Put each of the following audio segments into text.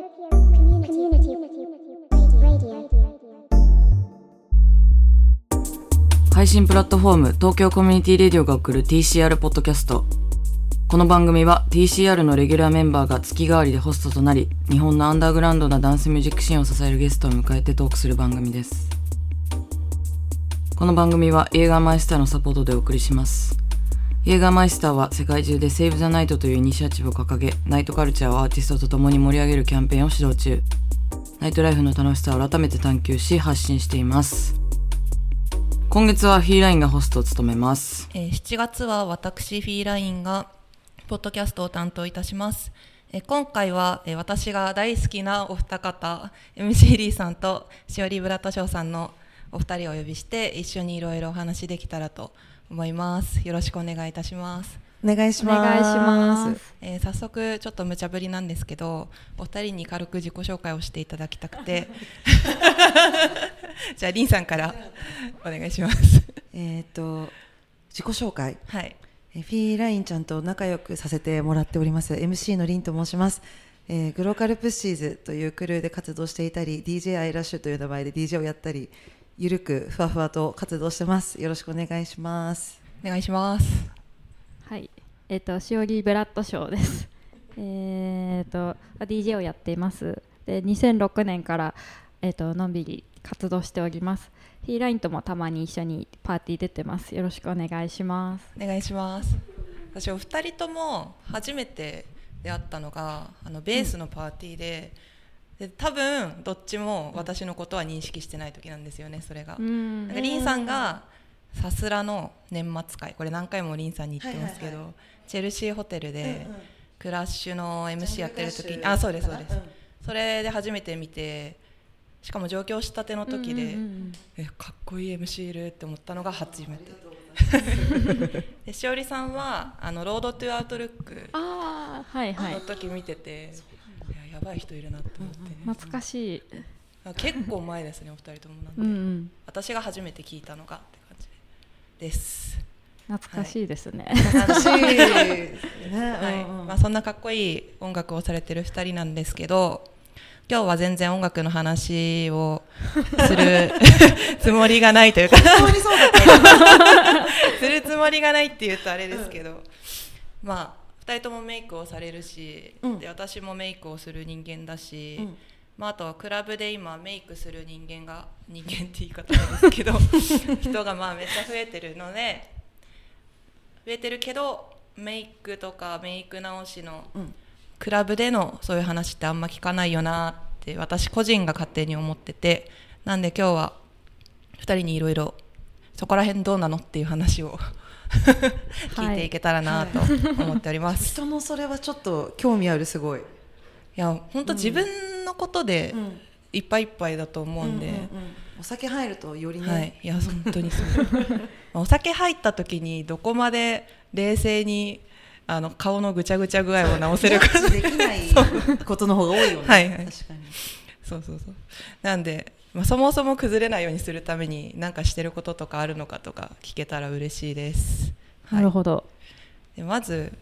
Community Radio. Radio. 配信プラットフォーム東京コミュニティレディオが送る TCR ポッドキャストこの番組は TCR のレギュラーメンバーが月替わりでホストとなり日本のアンダーグラウンドなダンスミュージックシーンを支えるゲストを迎えてトークする番組ですこの番組は映画マイスターのサポートでお送りします映画マイスターは世界中で「セーブ・ザ・ナイト」というイニシアチブを掲げナイトカルチャーをアーティストと共に盛り上げるキャンペーンを指導中ナイトライフの楽しさを改めて探求し発信しています今月はヒーラインがホストを務めますえー7月は私フィーラインがポッドキャストを担当いたします、えー今回は、えー私が大好きなお二方 MC リーさんとしおりブラッドショーさんのお二人をお呼びして一緒にいろいろお話できたらと思いますよろしくお願いいたしますお願いします。お願いしますえー早速ちょっと無茶ぶりなんですけどお二人に軽く自己紹介をしていただきたくてじゃあリンさんからお願いしますえっ、と自己紹介、はいえーフィーラインちゃんと仲良くさせてもらっております MC のりんと申します。えーグローカルプッシーズというクルーで活動していたり DJ アイラッシュという名前で DJ をやったりゆるくふわふわと活動してますよろしくお願いしますお願いしますはい、えっ、と、しおりブラッドショー です。えっと、DJ をやっています。で、2006年から、えっ、と、のんびり活動しております。ヒーラインともたまに一緒にパーティー出てます。よろしくお願いします。お願いします私お二人とも初めて出会ったのがあのベースのパーティーで,、で多分どっちも私のことは認識してない時なんですよねそれが、うんなんかリンさんがさすらの年末会これ何回もリンさんに言ってますけど、はいはチェルシーホテルでクラッシュの MC やってる時に、ジャングルクラッシュあそうですそうです、うんそれで初めて見てしかも上京したての時で、うんうんうんえかっこいい MC いるって思ったのが初めて でしおりさんはあの「ロード・トゥ・アウトルックああ、はい」はいの。時見てて、いややばい人いるなって思って、懐かしい。結構前ですねお二人ともなんで、うん、うん。私が初めて聞いたのがって感じです懐かしいですね。楽しいね、 はいうんうんまあ、そんなかっこいい音楽をされてる2人なんですけど今日は全然音楽の話 をするつもりがないというか本当にそうだった するつもりがないって言うとあれですけど、まあ2人ともメイクをされるし、うんで私もメイクをする人間だし、うんまあ、あとはクラブで今メイクする人間が 人間って言い方なんですけ ど人がまあめっちゃ増えてるので増えてるけどメイクとかメイク直しのうんクラブでのそういう話ってあんま聞かないよなって私個人が勝手に思っててなんで今日は2人にいろいろそこら辺どうなのっていう話 を聞いていけたらなと思っており ます。人のそれはちょっと興味あるすごい、いや本当自分のことでうんいっぱいいっぱいだと思うんで、うううんお酒入るとよりね、はい、いや本当にそう まあお酒入った時にどこまで冷静にあの顔のぐちゃぐちゃ具合を直せるかジャッジできないことの方が多いよね。はいはい確かに。 そうそうそうなんで、まあ、そもそも崩れないようにするために何かしてることとかあるのかとか聞けたら嬉しいです、は ないるほど。でまず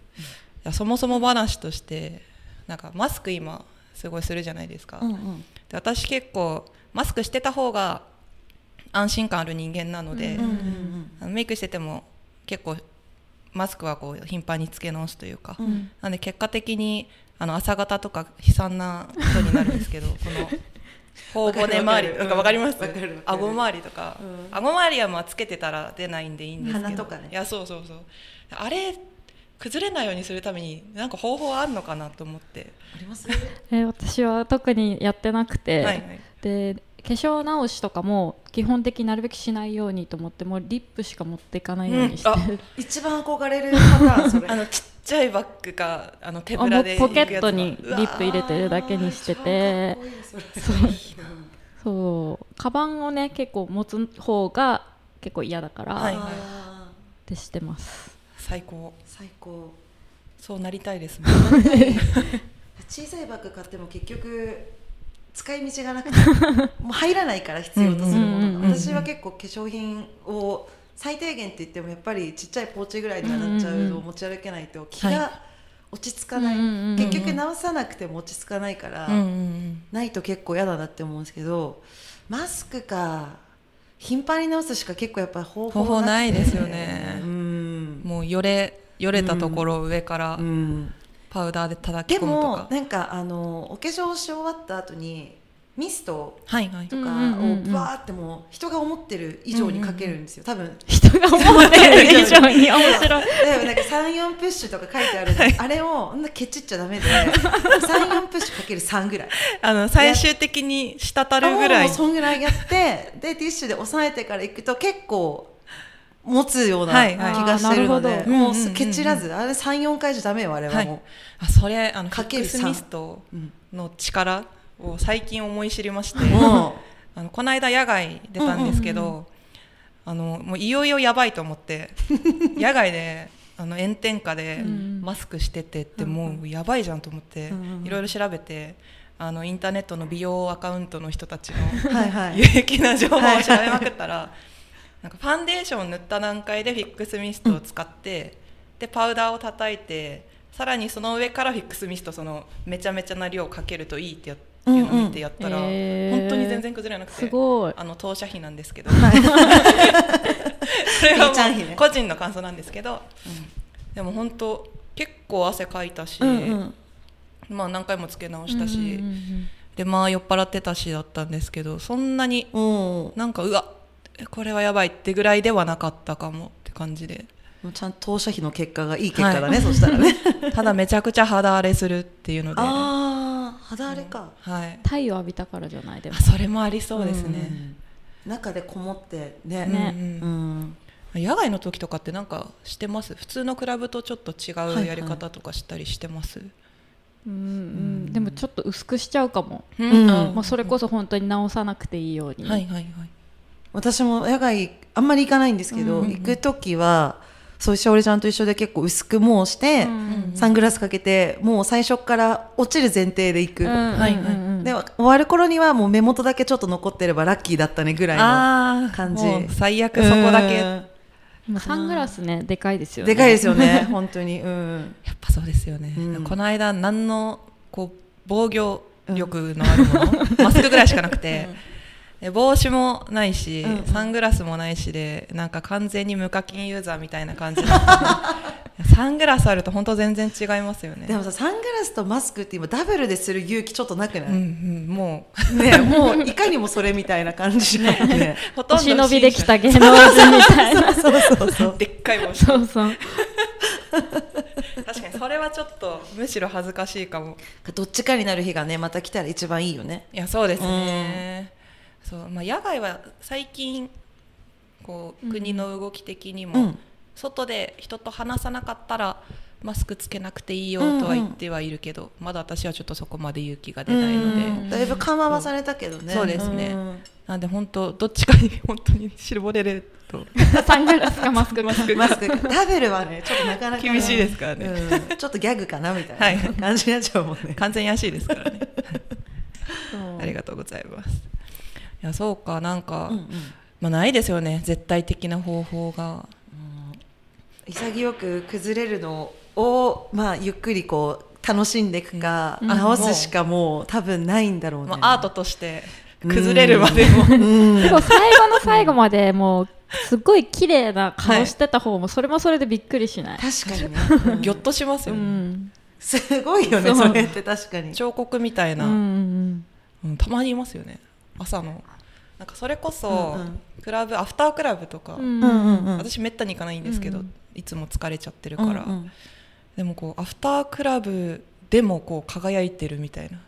いやそもそも話としてなんかマスク今すごいするじゃないですか、うんうん。で私結構マスクしてた方が安心感ある人間なので、うんうんうんあのメイクしてても結構マスクはこう頻繁につけ直すというか、うんなんで結果的にあの朝方とか悲惨なことになるんですけ どこの頬骨周りわかとるわかるかわかりますわかるわかる顎周りとか、うん顎周りはまあつけてたら出ないんでいいんですけど鼻とかねいやそうそうそうあれ崩れないようにするためになんか方法あるのかなと思って、あります。えー私は特にやってなくて、はいはいで化粧直しとかも基本的になるべくしないようにと思ってもうリップしか持っていかないようにして、うんある一番憧れるパターンそれ。あのちっちゃいバッグかあの手あぶもらうでポ行くケやつットにリップ入れてるだけにしててあー。一番かっこいいそれそうカバンをね結構持つ方が結構嫌だから、はいっはいあーてしてます最高最高。そうなりたい ですね小さいバッグ買っても結局使い道がなくてもう入らないから必要とするもうんうのんうんがうん私は結構化粧品を最低限って言ってもやっぱりちっちゃいポーチぐらいにはなっちゃうのを持ち歩けないと気はが落ち着かない、うんうんうんうん結局直さなくても落ち着かないから、うんうんないと結構嫌だなって思うんですけどマスクか頻繁に直すしか結構やっぱ方法方法ないくてですよねうんうん、もうよれよれたところを上からうんパウダーで叩きで込むともか、なんかあのお化粧し終わった後にミストはいはいとかをうんうんうんうんバーってもう人が思ってる以上にかけるんですよ多分人が思ってる以上に面 白い。例えばなんか34プッシュとか書いてあるの、あれをそんなケチっちゃダメで34プッシュかける3ぐらいあの最終的に滴るぐらいもうそんぐらいやって でティッシュで押さえてから行くと結構持つようなはい気はいがしてるので、あーなるほどもううんうんうんうんケチらずあれ34回じゃダメよあれはもう、あそれあのフかッけるク三スミストうんの力を最近思い知りましても あのこの間野外出たんですけど、あのもういよいよやばいと思って 野外であの炎天下でうんマスクしててってもうやばいじゃんと思ってうんうんいろいろ調べてあのインターネットの美容アカウントの人 たちのうはいはい有益な情報を調べまくったらなんかファンデーションを塗った段階でフィックスミストを使って、でパウダーを叩いてさらにその上からフィックスミストそのめちゃめちゃな量をかけるといいってやっていうのを見てやったら、うんうんへー本当に全然崩れなくてすごい。あの当社費なんですけど、そ れはもいいちゃん費ねう個人の感想なんですけど、でも本当結構汗かいたし、うんうんまあ何回もつけ直したし、うんうんうんでまあ酔っ払ってたしだったんですけどそんなにもなんかうわこれはやばいってぐらいではなかったかもって感じでうちゃんと当社費の結果がいい結果だね、はいそしたらね ただめちゃくちゃ肌荒れするっていうのではああ肌荒れか、い太陽浴びたからじゃないでもあ。それもありそうですね、うん中でこもってねうんねうんうん野外の時とかってなんかしてます普通のクラブとちょっと違いはいうやり方とかしたりしてます、うんうん。でもちょっと薄くしちゃうかも。うんあもうそれこそ本当に直さなくていいように。はいはいはい私も野外あんまり行かないんですけど、うんうんうん行く時はそうしおりちゃんと一緒で結構薄くもうして、うんサングラスかけてもう最初から落ちる前提で行く、うんうんうんはいうんで終わる頃にはもう目元だけちょっと残ってればラッキーだったねぐらいのあーあ感じ最悪そこだけやうでもサングラスねでかいですよんね。でかいですよ。よね 本当にうんっぱそうですよね、うんこの間何のこう防御力のあるもの、 マスクぐらいしかなくて、で帽子もないし、うんうんサングラスもないしでなんか完全に無課金ユーザーみたいな感じだ ったのでサングラスあると本当全然違いますよねでもさサングラスとマスクって今ダブルでする勇気ちょっとなくない、うんうん、もうねもういかにもそれみたいな感じだ よねほとんおど忍びできた不芸能人みたいな。そうそうそ審う者でっかい帽子そうそう。確かにそれはちょっとむしろ恥ずかしいかも どっちかになる日がねまた来たら一番いいよねいやそうですね、そうまあ、野外は最近こう国の動き的にも、うん外で人と話さなかったらマスクつけなくていいよとは言ってはいるけど、まだ私はちょっとそこまで勇気が出ないので、うんだいぶ緩和はされたけどねそうですねんなんで本当どっちかに 本当に絞れるとサングラスかマスクか。マスクダブルはねちょっとなかなかね厳しいですからねうんちょっとギャグかなみたいはない感じになっちゃうもんね完全に安いですからねそうありがとうございますいやそうかなんか、うんうんまあ、ないですよね絶対的な方法が潔く崩れるのを、まあ、ゆっくりこう楽しんでいくか、うん直すしかもう多分ないんだろうね、まあ、アートとして崩れるまでも、でも最後の最後までもうすごい綺麗な顔してた方もそれもそれでびっくりしない。確かにねぎょっとしますうよね、ん。すごいよねそうそれって確かに彫刻みたいうんうな、うんんうん。たまにいますよね朝のなんかそれこそ、うんうんクラブアフタークラブとか、ううんんうんうん私めったに行かないんですけど、うんうんいつも疲れちゃってるから、うんうんでもこうアフタークラブでもこう輝いてるみたいな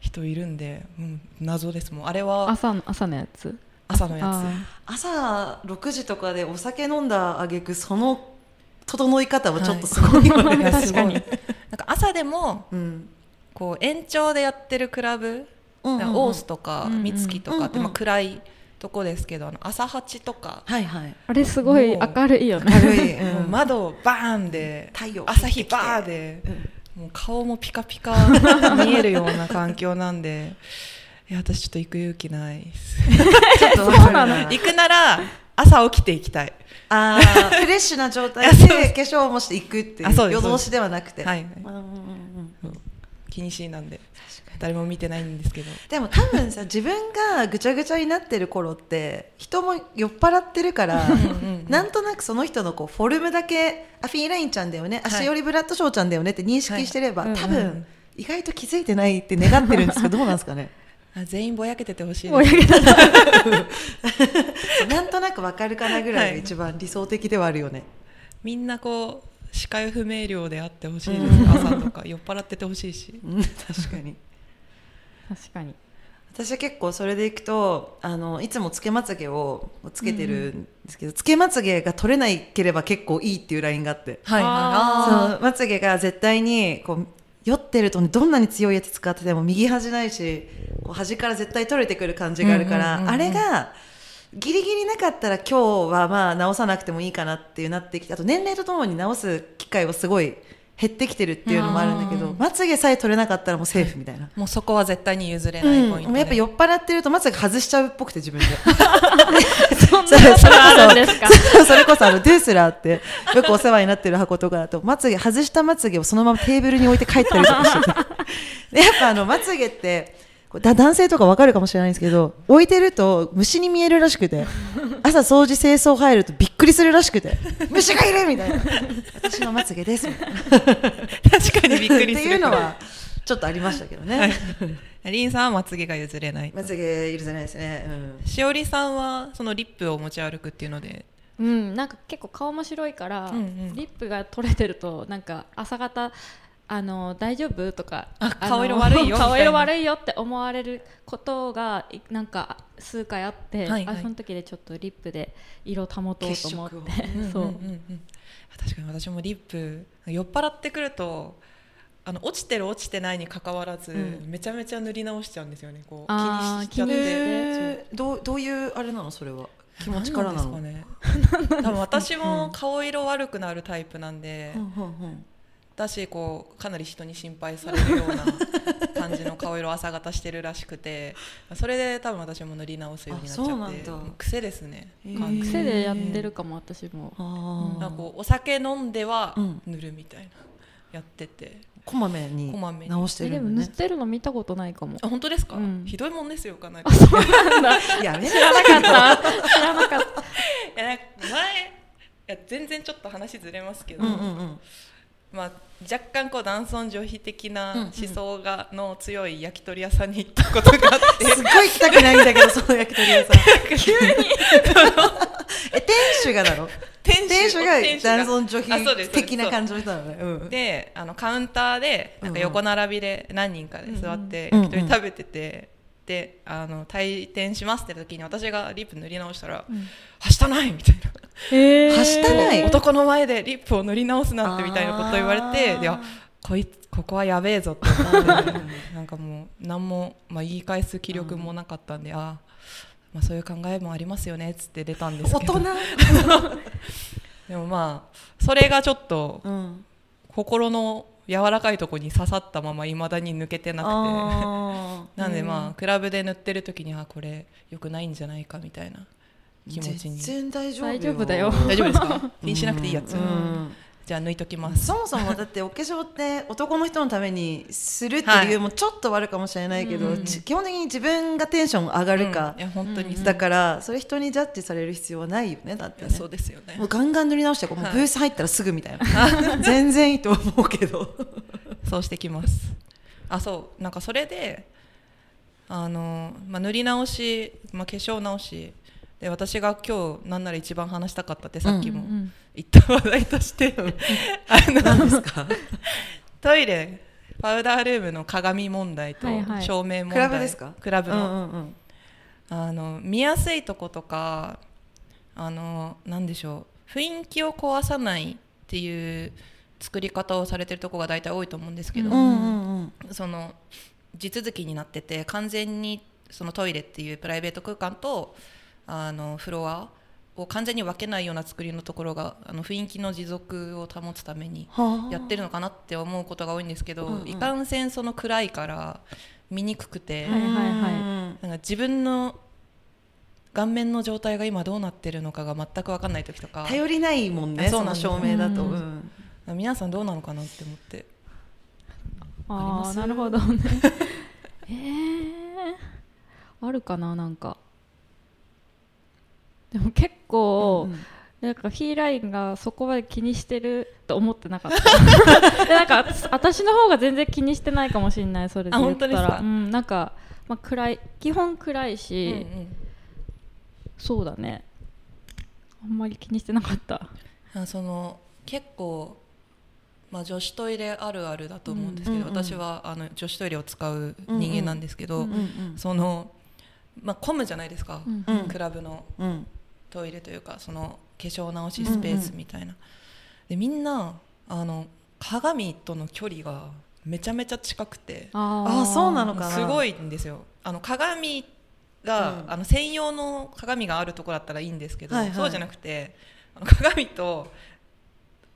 人いるんで、うん、謎ですもうあれは朝の朝のやつ。朝のやあ朝6時とかでお酒飲んだ挙句その整い方はちょっとすごいよね、つ いや確かすごいになんか朝でもうんこう延長でやってるクラブうんうんうんオースとかうんうん三月とかって、うんうんまあ、暗いとこですけどあの朝八とか、はいはいあれすごいもう明るいよね。軽い、もううん窓をバーンで太陽朝日バーで、うんもう顔もピカピ カ見えるような環境なんでいや私ちょっと行く勇気ないです ちょっとわかるそうなな行くなら朝起きていきたい。ああ フレッシュな状態あそうでで化粧もしていくっていあそううです夜通しではなくて、はい、うんうんうんうん気にしいなんで誰も見てないんですけどでも多分さ自分がぐちゃぐちゃになってる頃って人も酔っ払ってるからうんなんとなくその人のこうフォルムだけあフィーラインちゃんだよね、はい足寄りブラッドショーちゃんだよねって認識してれば、はい多うんうん分意外と気づいてないって願ってるんですけどどうなんで すかねあ全員ぼやけててほしいもうでやすけたなんとなくわかるかなぐらいはがい一番理想的ではあるよね。みんなこう視界不明瞭であってほしいです朝とか酔っ払っててほしいしうん確かに確かに私は結構それでいくとあのいつもつけまつげをつけてるんですけど、つけまつげが取れないければ結構いいっていうラインがあって、はいそあうまつげが絶対にこう酔ってるとねどんなに強いやつ使ってても右端ないしこう端から絶対取れてくる感じがあるかうら、んうんうんうんあれがギリギリなかったら今日はまあ直さなくてもいいかなっていうなってきてあと年齢とともに直す機会はすごい減ってきてるっていうのもあるんだけどうんまつげさえ取れなかったらもうセーフみたいな。ーもうそこは絶対に譲れないポインうトん、でやっぱ酔っ払ってるとまつげ外しちゃうっぽくて自分でそんなことがあるんですかそうそれこそあのドゥースラーってよくお世話になってる箱とかだとまつげ外したまつげをそのままテーブルに置いて帰ったりとかしててでやっぱあのまつげってこうだ男性とかわかるかもしれないんですけど置いてると虫に見えるらしくて朝掃除清掃入るとびっくりするらしくて虫がいるみたいな私のまつげですみたいな確かにびっくりっすてるいうのはちょっとありましたけどね、リンさんはまつげが譲れないとまつげ許せないですね、うんしおりさんはそのリップを持ち歩くっていうのでうん、なんか結構顔も白いから、うんうんリップが取れてるとなんか朝方あの大丈夫とかあの顔色悪いよみたいな顔色悪いよって思われることがいなんか数回あっはて、いはいあその時でちょっとリップで色保とうと思って血 そう、んんん確かに私もリップ酔っ払ってくるとあの落ちてる落ちてないにかかわらず、うんめちゃめちゃ塗り直しちゃうんですよねこう気あーにしちゃっ気にしてて。えーどうどういうあれなのそれは気持ちからなの何んですかね多分私も顔色悪くなるタイプなんで、うんうんうんだしこうかなり人に心配されるような感じの顔色を朝方してるらしくてそれで多分私も塗り直すようになっちゃあそうなってんだ癖ですね、へー完全に癖でやってるかも私もあなんかーこうお酒飲んではうん塗るみたいな、やっててこまめにこまめに直してえるでのも塗っねてるの見たことないかもあ本当ですか、うんひどいもんですよかなりあそうなんだやめ知らなか った知らなかったいやなんか前いや全然ちょっと話ずれますけど、うんうんうんまあ、若干こう男尊女卑的なうんうん思想がの強い焼き鳥屋さんに行ったことがあって、すっごい行きたくないんだけどその焼き鳥屋さん え店主がだろ店店主が店主男尊女あそうです卑的な感じの人なのねうんであのカウンターでなんか横並びで何人かで座ってうんうん焼き鳥食べてて、であの退店しますって時に私がリップ塗り直したら「はしたない!」みたいなえはした「ない男の前でリップを塗り直すなんて」みたいなこと言われてあーであこいつここはやべえぞって思ってなんかもう何も、まあ、言い返す気力もなかったんで、あーまあ、そういう考えもありますよねっつって出たんです大けど人でもまあそれがちょっとうん心の柔らかいところに刺さったままいまだに抜けてなくてあーなんでまあクラブで塗ってる時にあこれ良くないんじゃないかみたいな気持ちに全然大丈夫大丈夫だよ大丈夫ですか気にしなくていいやつうんじゃあ抜いときますそもそもだってお化粧って男の人のためにするっていう理由もちょっとあるかもしれないけど、はいち基本的に自分がテンション上がるかうんい、や本当にだからそれ人にジャッジされる必要はないよねだっていねやそうですよねもうガンガン塗り直してこう、もうはいブース入ったらすぐみたいな 全然いいと思うけどそうしてきますあそうなんかそれであの、まあ、塗り直し、まあ、化粧直しで私が今日なんなら一番話したかったってさっきも うん言った話題として、 あ何のですかトイレパウダールームの鏡問題とはいはい照明問題、クラブですかクラブの,、うんうんあの見やすいとことかあのなんでしょう雰囲気を壊さないっていう作り方をされてるとこが大体多いと思うんですけど、うんうんうんうんその地続きになってて完全にそのトイレっていうプライベート空間とあのフロアを完全に分けないような作りのところがあの雰囲気の持続を保つためにはあやってるのかなって思うことが多いんですけど、うんうんいかんせんその暗いから見にくくて、はいはいはいうんなんか自分の顔面の状態が今どうなってるのかが全く分かんない時とか頼りないもんねあそそうのなんです証明だと、うんうん皆さんどうなのかなって思ってああなるほどねえー、あるかななんかでも結構、うんなんかヒーラインがそこまで気にしてると思ってなかった でなんか私私の方が全然気にしてないかもしれないそれであ言っ本当たですらかうんなんか、まあ、暗い基本暗いし、そうだねあんまり気にしてなかったあその結構、まあ、女子トイレあるあるだと思うんですけど、うんうんうん私はあの女子トイレを使う人間なんですけど、うんうんその、まあ、混むじゃないですか、うんうんクラブのうんトイレというかその化粧直しスペースみたいな、でみんなあの鏡との距離がめちゃめちゃ近くてああーそうなのかなすごいんですよあの鏡が、うんあの専用の鏡があるとこだったらいいんですけど、はいはいそうじゃなくてあの鏡と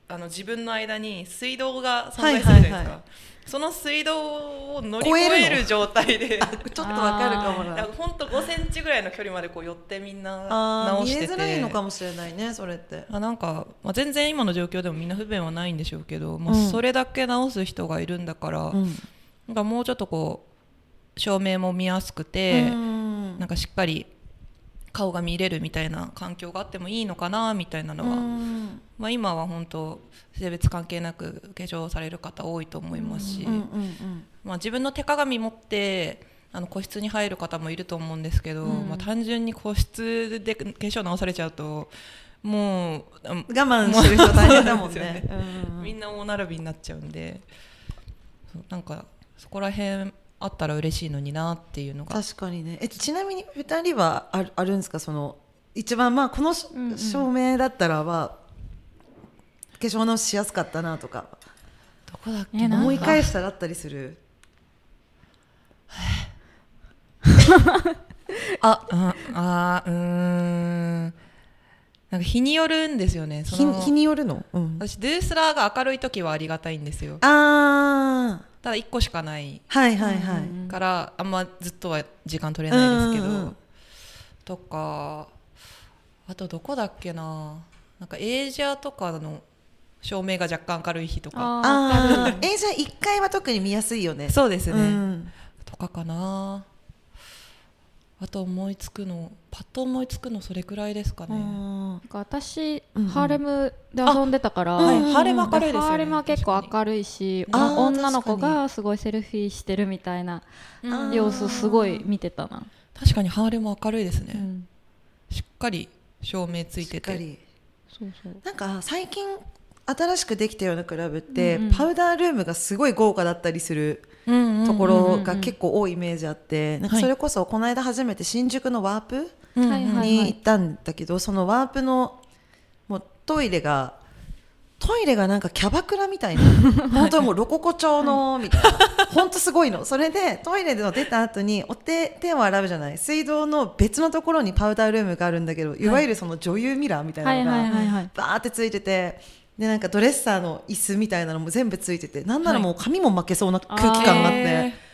あの自分の間に水道が存在するじゃないですか、はいはいはその水道を乗り越超ええるのる状態で。 あちょっとわかるかもだからなほんと5センチぐらいの距離までこう寄ってみんなあー直見しえててづらいのかもしれないねそれってあなんか、まあ、全然今の状況でもみんな不便はないんでしょうけど、まあ、うんそれだけ直す人がいるんだから、なんかもうちょっとこう照明も見やすくて、うんなんかしっかり顔が見れるみたいな環境があってもいいのかなみたいなのは、うんまあ、今は本当性別関係なく化粧される方多いと思いますし、うんうんまあ、自分の手鏡持ってあの個室に入る方もいると思うんですけど、うんまあ、単純に個室で化粧直されちゃうともうあうん我慢してる人大変だもんそうなんねですうんみんな大並びになっちゃうんでそうなんかそこら辺あったら嬉しいのになっていうのが確かにねえちなみに2人はあるあるんですかその一番まあこのし、うんうん照明だったらは化粧直ししやすかったなとかどこだっえけなんか思い返したらあったりするあああうーんなんか日によるんですよねそ日のに日によるの、うん、私ドゥースラーが明るい時はありがたいんですよあーただ1個しかないはいはいはい、からあんまずっとは時間取れないですけど、うんうんうんとかあとどこだっけななんかエイジアとかの照明が若干明るい日とかあーわああかえじゃあ1階は特に見やすいよねそうですね、うんとかかなあと思いつくのパッと思いつくのそれくらいですかね、あるなんか私、うんうんハーレムで遊んでたから、あはいハーレム明るいですよねハーレムは結構明るいし確かにおあー女の子がすごいセルフィーしてるみたいなうん様子すごい見てたな、確かにハーレも明るいですね、うんしっかり照明つーいしてっかてりそうそうなんか最近新しくできたようなクラブって、うんうんパウダールームがすごい豪華だったりするところが結構多いイメージあって、なんかそれこそこの間初めて新宿のワープうんはいはいに行ったんだけど、そのワープのもうトイレがトイレがなんかキャバクラみ たいな本当にもうロココ調のみたいな、本当すごいのそれでトイレの出た後にお手手を洗うじゃない水道の別のところにパウダールームがあるんだけど、い、わゆるその女優ミラーみたいなのが、はいはいはいはいバーってついててでなんかドレッサーの椅子みたいなのも全部ついててなんならもう髪も負けそうな空気感があって。へー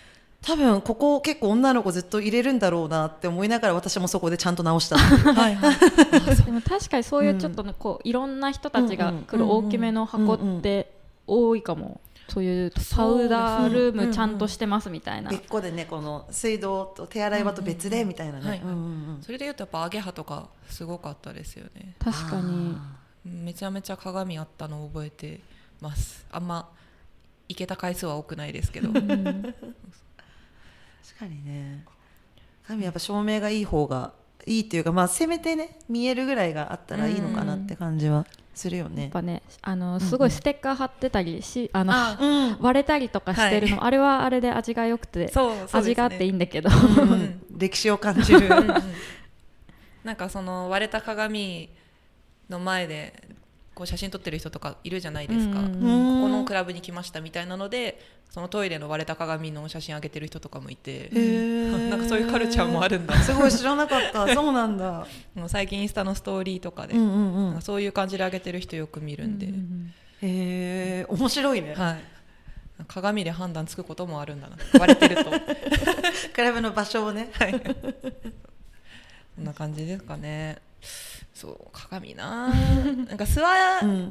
多分ここ結構女の子ずっと入れるんだろうなって思いながら私もそこでちゃんと直したっていう はいはいでも確かにそういうちょっとねこういろんな人たちが来うるんうん大きめの箱って多いかもそういうパウダールームちゃんとしてますみたいな別個でねこの水道と手洗い場と別でみたいなねうんうんうんうんうんそれでいうとやっぱアゲハとかすごかったですよね確かにめちゃめちゃ鏡あったのを覚えてますあんま行けた回数は多くないですけどうん確かにね神やっぱ照明がいい方がいいっていうかまあせめてね見えるぐらいがあったらいいのかなって感じはするよやっね、ぱねあのすごいステッカー貼ってたりしあの あうん割れたりとかしてるの、あれはあれで味が良くてそうそうですね味があっていいんだけどうん歴史を感じるうんなんかその割れた鏡の前でこう写真撮ってる人とかいるじゃないですか、うんうんここのクラブに来ましたみたいなのでそのトイレの割れた鏡の写真上げてる人とかもいて、なんかそういうカルチャーもあるるんだすごい知らなか ったそうなんだもう最近インスタのストーリーとかで、うんうんうなんんかそういう感じで上げてる人よく見るんで、へえ面白いねはい、鏡で判断つくこと もあるんだな割れてるとクラブの場所をねはいこんな感じですかね。そう鏡なあなんか座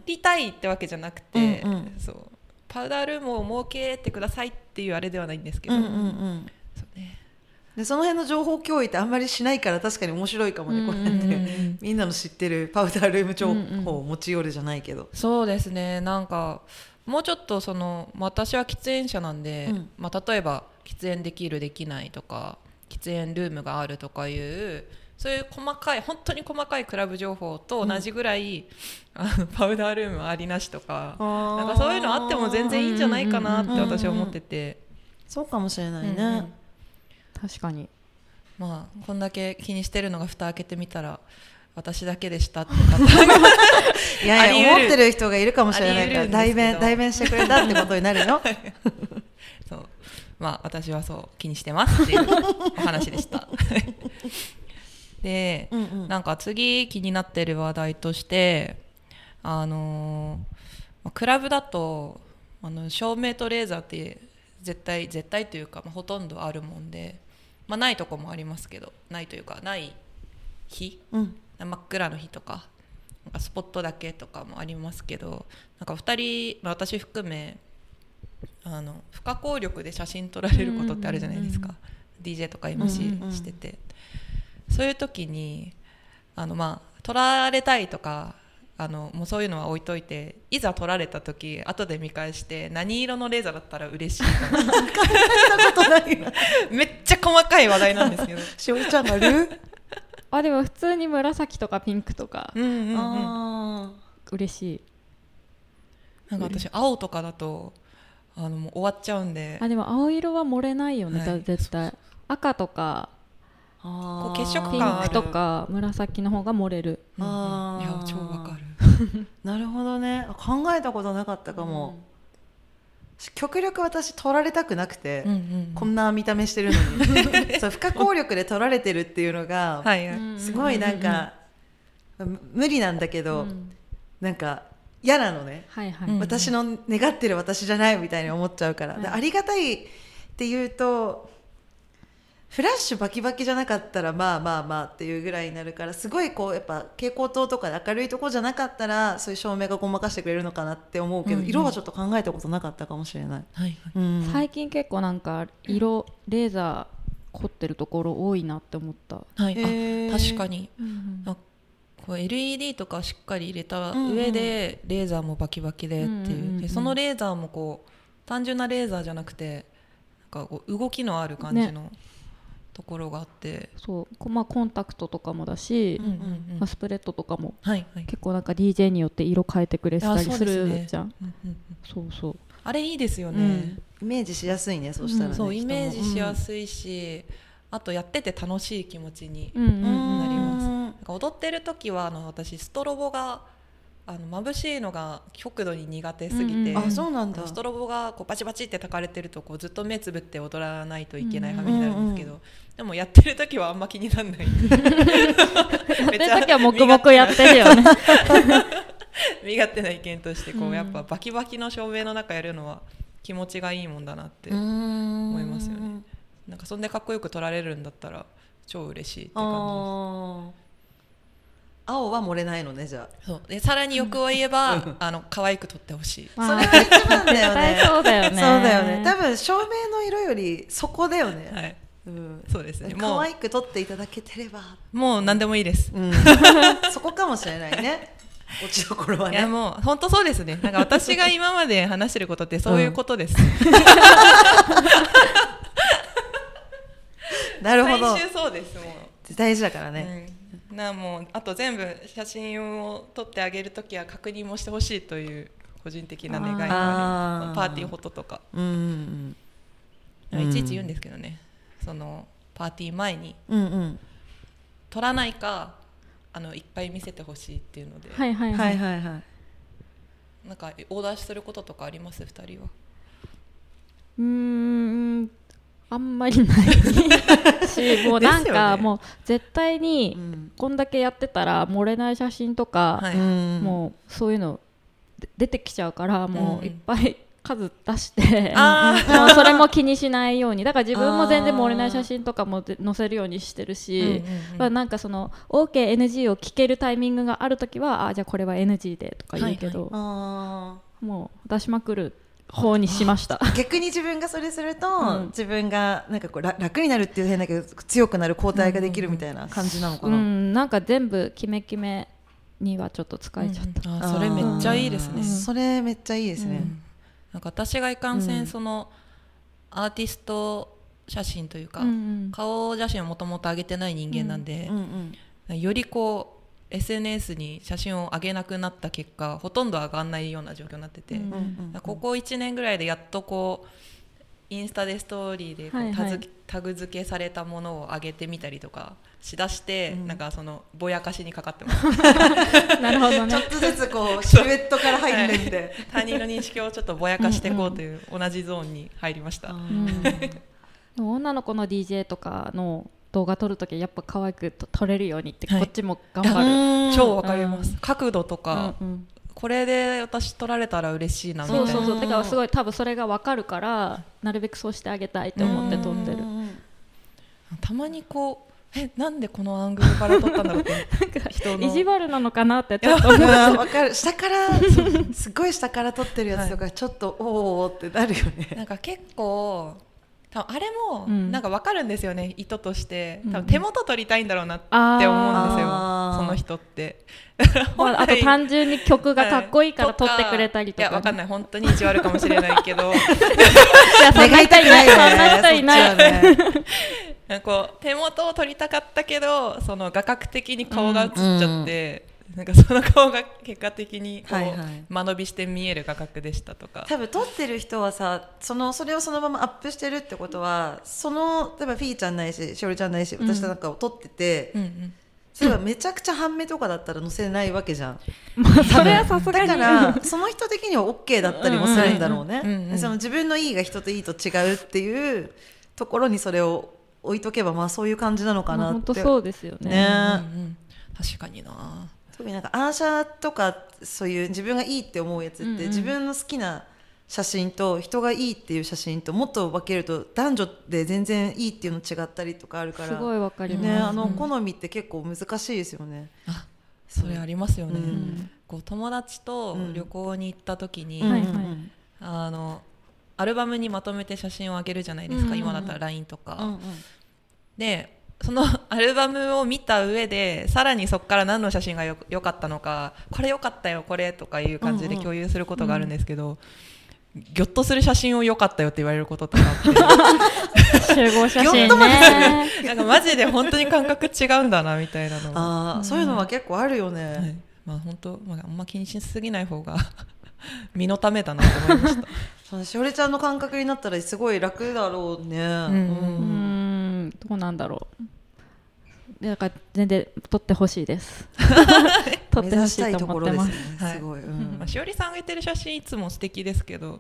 りたいってわけじゃなくて、うんうんそうパウダールームを設けてくださいっていうあれではないんですけど、うんうんうんそうねでその辺の情報共有ってあんまりしないから確かに面白いかもね、こうやうんうんうっんてみんなの知ってるパウダールーム情報を持ち寄るじゃないけど、そうですねなんかもうちょっとそのまあ私は喫煙者なんで、うんまあ、例えば喫煙できるできないとか喫煙ルームがあるとかいうそういう細かい本当に細かいクラブ情報と同じぐらい、あのパウダールームありなしとかあーなんかそういうのあっても全然いいんじゃないかなって私は思ってて、そうかもしれないね、うんうん確かにまあこんだけ気にしてるのが蓋開けてみたら私だけでしたって方がいやいやあり得る思ってる人がいるかもしれないかあらり得るんです代けど弁代弁してくれたってことになるよそうまあ私はそう気にしてますっ ていうお話でした で、うんうんなんか次気になってる話題としてあのーまあクラブだとあの照明とレーザーって絶対絶対というか、まあ、ほとんどあるもんで、まあ、ないとこもありますけどないというかない日うん真っ暗の日とかなんかスポットだけとかもありますけどなんか2人、まあ、私含めあの不可抗力で写真撮られることってあるじゃないですか、DJ とか今しうんうんうんしてて、そういう時にあの、まあ、撮られたいとかあのもうそういうのは置いといていざ撮られた時後で見返して何色のレーザーだったら嬉しいかなそん なことないよ めっちゃ細かい話題なんですけど。しおりちゃんがルーあでも普通に紫とかピンクとかうんうんうんあ嬉しいなんか私青とかだとあのもう終わっちゃうんであでも青色は漏れないよね、はい絶対赤とかーこあう血色ピン感あクるとか紫の方が漏れるうんうんあーいや超わかるなるほどねあ考えたことなかったかも、極力私取られたくなくて、こんな見た目してるの にそう不可抗力で取られてるっていうのが、はいはい、うんすごいなんか、む無理なんだけうど、んなんか嫌なのね、はいはい、うん私の願ってる私じゃないみたいに思っちゃうから、でうんありがたいっていうとフラッシュバキバキじゃなかったらまあまあまあっていうぐらいになるからすごいこうやっぱ蛍光灯とかで明るいとこじゃなかったらそういう照明がごまかしてくれるのかなって思うけど、うんうん色はちょっと考えたことなかったかもしれない。はいはいうん最近結構なんか色レーザー凝ってるところ多いなって思った、はいあへー確かにうんなんかこう LED とかしっかり入れた上で、レーザーもバキバキでっていう,で、うんうんうんそのレーザーもこう単純なレーザーじゃなくてなんかこう動きのある感じのところがあって、そうこまあコンタクトとかもだし、うんうんうんまあ、スプレッドとかもはいはい、結構なんか DJ によって色変えてくれたりするじゃんうんうんうんそう,、そうあれいいですようね、んイメージしやすいねそうしたらね、うんそうイメージしやい、すいし、あとやってて楽しい気持ちに、うんうんううんん、なりますうんなんか踊ってる時はあの私ストロボがあの眩しいのが極度に苦手すぎて、うんうんあそうなんだストロボがこうバチバチってたかれてるとこうずっと目つぶって踊らないといけない羽目になるんですけど、でもやってる時はあんま気になら ないやってる時は黙々やってるよね身勝手な意見としてこううんやっぱバキバキの照明の中やるのは気持ちがいいもんだなって、思いますよねなんかそんでかっこよく撮られるんだったら超嬉しいって感じです。あー青は漏れないのねじゃそうでさらに欲を言えば、 あの可愛く撮ってほしい。あ それが一番だ よ絶対ねそうだよねそうだよね多分照明の色よりそこだよね、はい、うん、そうですね。可も愛く撮っていただけてれば、うもう何でもいいです。うん、 そこかもしれないね落ちどころはいねやもう本当そうですね。なんか私が今まで話してることってそういうことです。なるほど 最終そうですも大事だからう。ね、うん、なあもうあと全部写真を撮ってあげるときは確認もしてほしいという個人的な願いがあります。あーパーティーフォトとか、うんうんうんいちいち言うんですけどね。そのパーティー前にうんうん撮らないかあのいっぱい見せてほしいっていうので、はいはういんははいい、はいはいなんかオーダーすることとかあります二人は。うーんあんまりないしもうなんですよかねもう絶対にんこんだけやってたら漏れない写真とか、はいうんもうそういうので出てきちゃうからもううんいっぱい数出してあーもうそれも気にしないようにだから自分も全然盛れない写真とかも載せるようにしてるし、うんうんうんまあなんかその OKNG を聞けるタイミングがある時はあーじゃあこれは NG でとか言うけど、あもう出しまくる方にしました。ー逆に自分がそれすると、うん自分がなんかこうら楽になるっていう変だけど強くなる交代ができるみたいな感じなのかうな、ん、なんか全部キメキメにはちょっと使えちゃった。あーそれめっちゃいいですねあーそれめっちゃいいですね、うんなんか私がいかんせうんんそのアーティスト写真というか、うんうん顔写真をもともと上げてない人間なんでうん、うんよりこう SNS に写真を上げなくなった結果ほとんど上がんないような状況になってて、うんうんうんここ1年ぐらいでやっとこうインスタでストーリーでこうはいはいタズタグ付けされたものを上げてみたりとかしだして、うんなんかそのぼやかしにかかってます、なるほどちょねっ。とずつこうシルエットから入ってって、他人の認識をちょっとぼやかしていこうという同じゾーンに入りました。うんでも女の子の DJ とかの動画撮るときやっぱ可愛くと撮れるようにって、はいこっちも頑張る。うん超わかります、角度とか、うんうんこれで私撮られたら嬉しいなみたいそなうそうそううんだからすごい多分それが分かるからなるべくそうしてあげたいと思って撮ってるたまにこうえなんでこのアングルから撮ったんだろうっ て人の意地悪なのかなってちょっ と思ううんわかる下からすっごい下から撮ってるやつとかちょっとおーおーってなるよね なんか結構多分あれもうんなんかわかるんですよね、意図としてうん多分手元撮りたいんだろうなって思うんですよ、あそーの人ってまああと単純に曲がかっこいいからはい撮ってくれたりといやわかかんねない本当に意地悪かもしれないけどいやそんな 人いないそんな人いないいよねなんかこう手元を撮りたかったけどその画角的に顔が映っちゃって、なんかその顔が結果的にこう、はいはい間延びして見える画角でしたとか多分撮ってる人はさそのそれをそのままアップしてるってことはその例えばフィーちゃんないししおりちゃんないし私なんかを撮ってて、うんうんそれはめちゃくちゃ半目とかだったら載せないわけじゃんまあそれはさすがだにからその人的には OK だったりもするんだろううんうんうんうねんその自分のいいが人といいと違うっていうところにそれを置いとけばまあそういう感じなのかまなっあ本当てそうですよねうんねうん確かにな特になんかアーシャとかそういう自分がいいって思うやつって、うんうん自分の好きな写真と人がいいっていう写真ともっと分けると男女で全然いいっていうの違ったりとかあるからすごいわかります、ね、あのうん好みって結構難しいですよね。あそれありますよね、うんこう友達と旅行に行った時に、んはいはいうんあのアルバムにまとめて写真をあげるじゃないですか、うんうんうん今だったら LINE とか、うんうんでその アルバムを見た上でさらにそこから何の写真がよ良かったのかこれ良かったよこれとかいう感じうんでうん共有することがあるんですけど、ぎょっとする写真を良かったよって言われることとか あっ集合写真ギョッとまでねてなんかマジで本当に感覚違うんだなみたいなのをああそういうのは結構あるよね。はい、まあ本当、まあ、あんま気にしすぎない方が 身のためだなと思いま した。そのしおりちゃんの感覚になったらすごい楽だろうね。んうーんどうなんだろうだから全然撮ってほしいです 撮っ目てほ指ししたいいととこ思っろてでますすね。はいすごい。うまんあ、しおりさんが上げてる写真いつも素敵ですけど、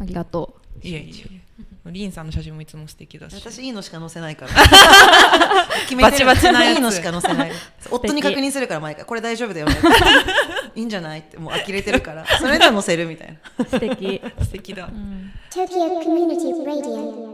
ありがといえいえ、りんさんの写真もいつも素敵だし。私いいのしか載 せないから決めてるバチバチなやついいのしか載せ ない夫に確認するから毎回これ大丈夫だよねいいんじゃないってもう呆れてるからそれでは載せるみたいな う素敵、素敵だ。 Tokyo Community Radio.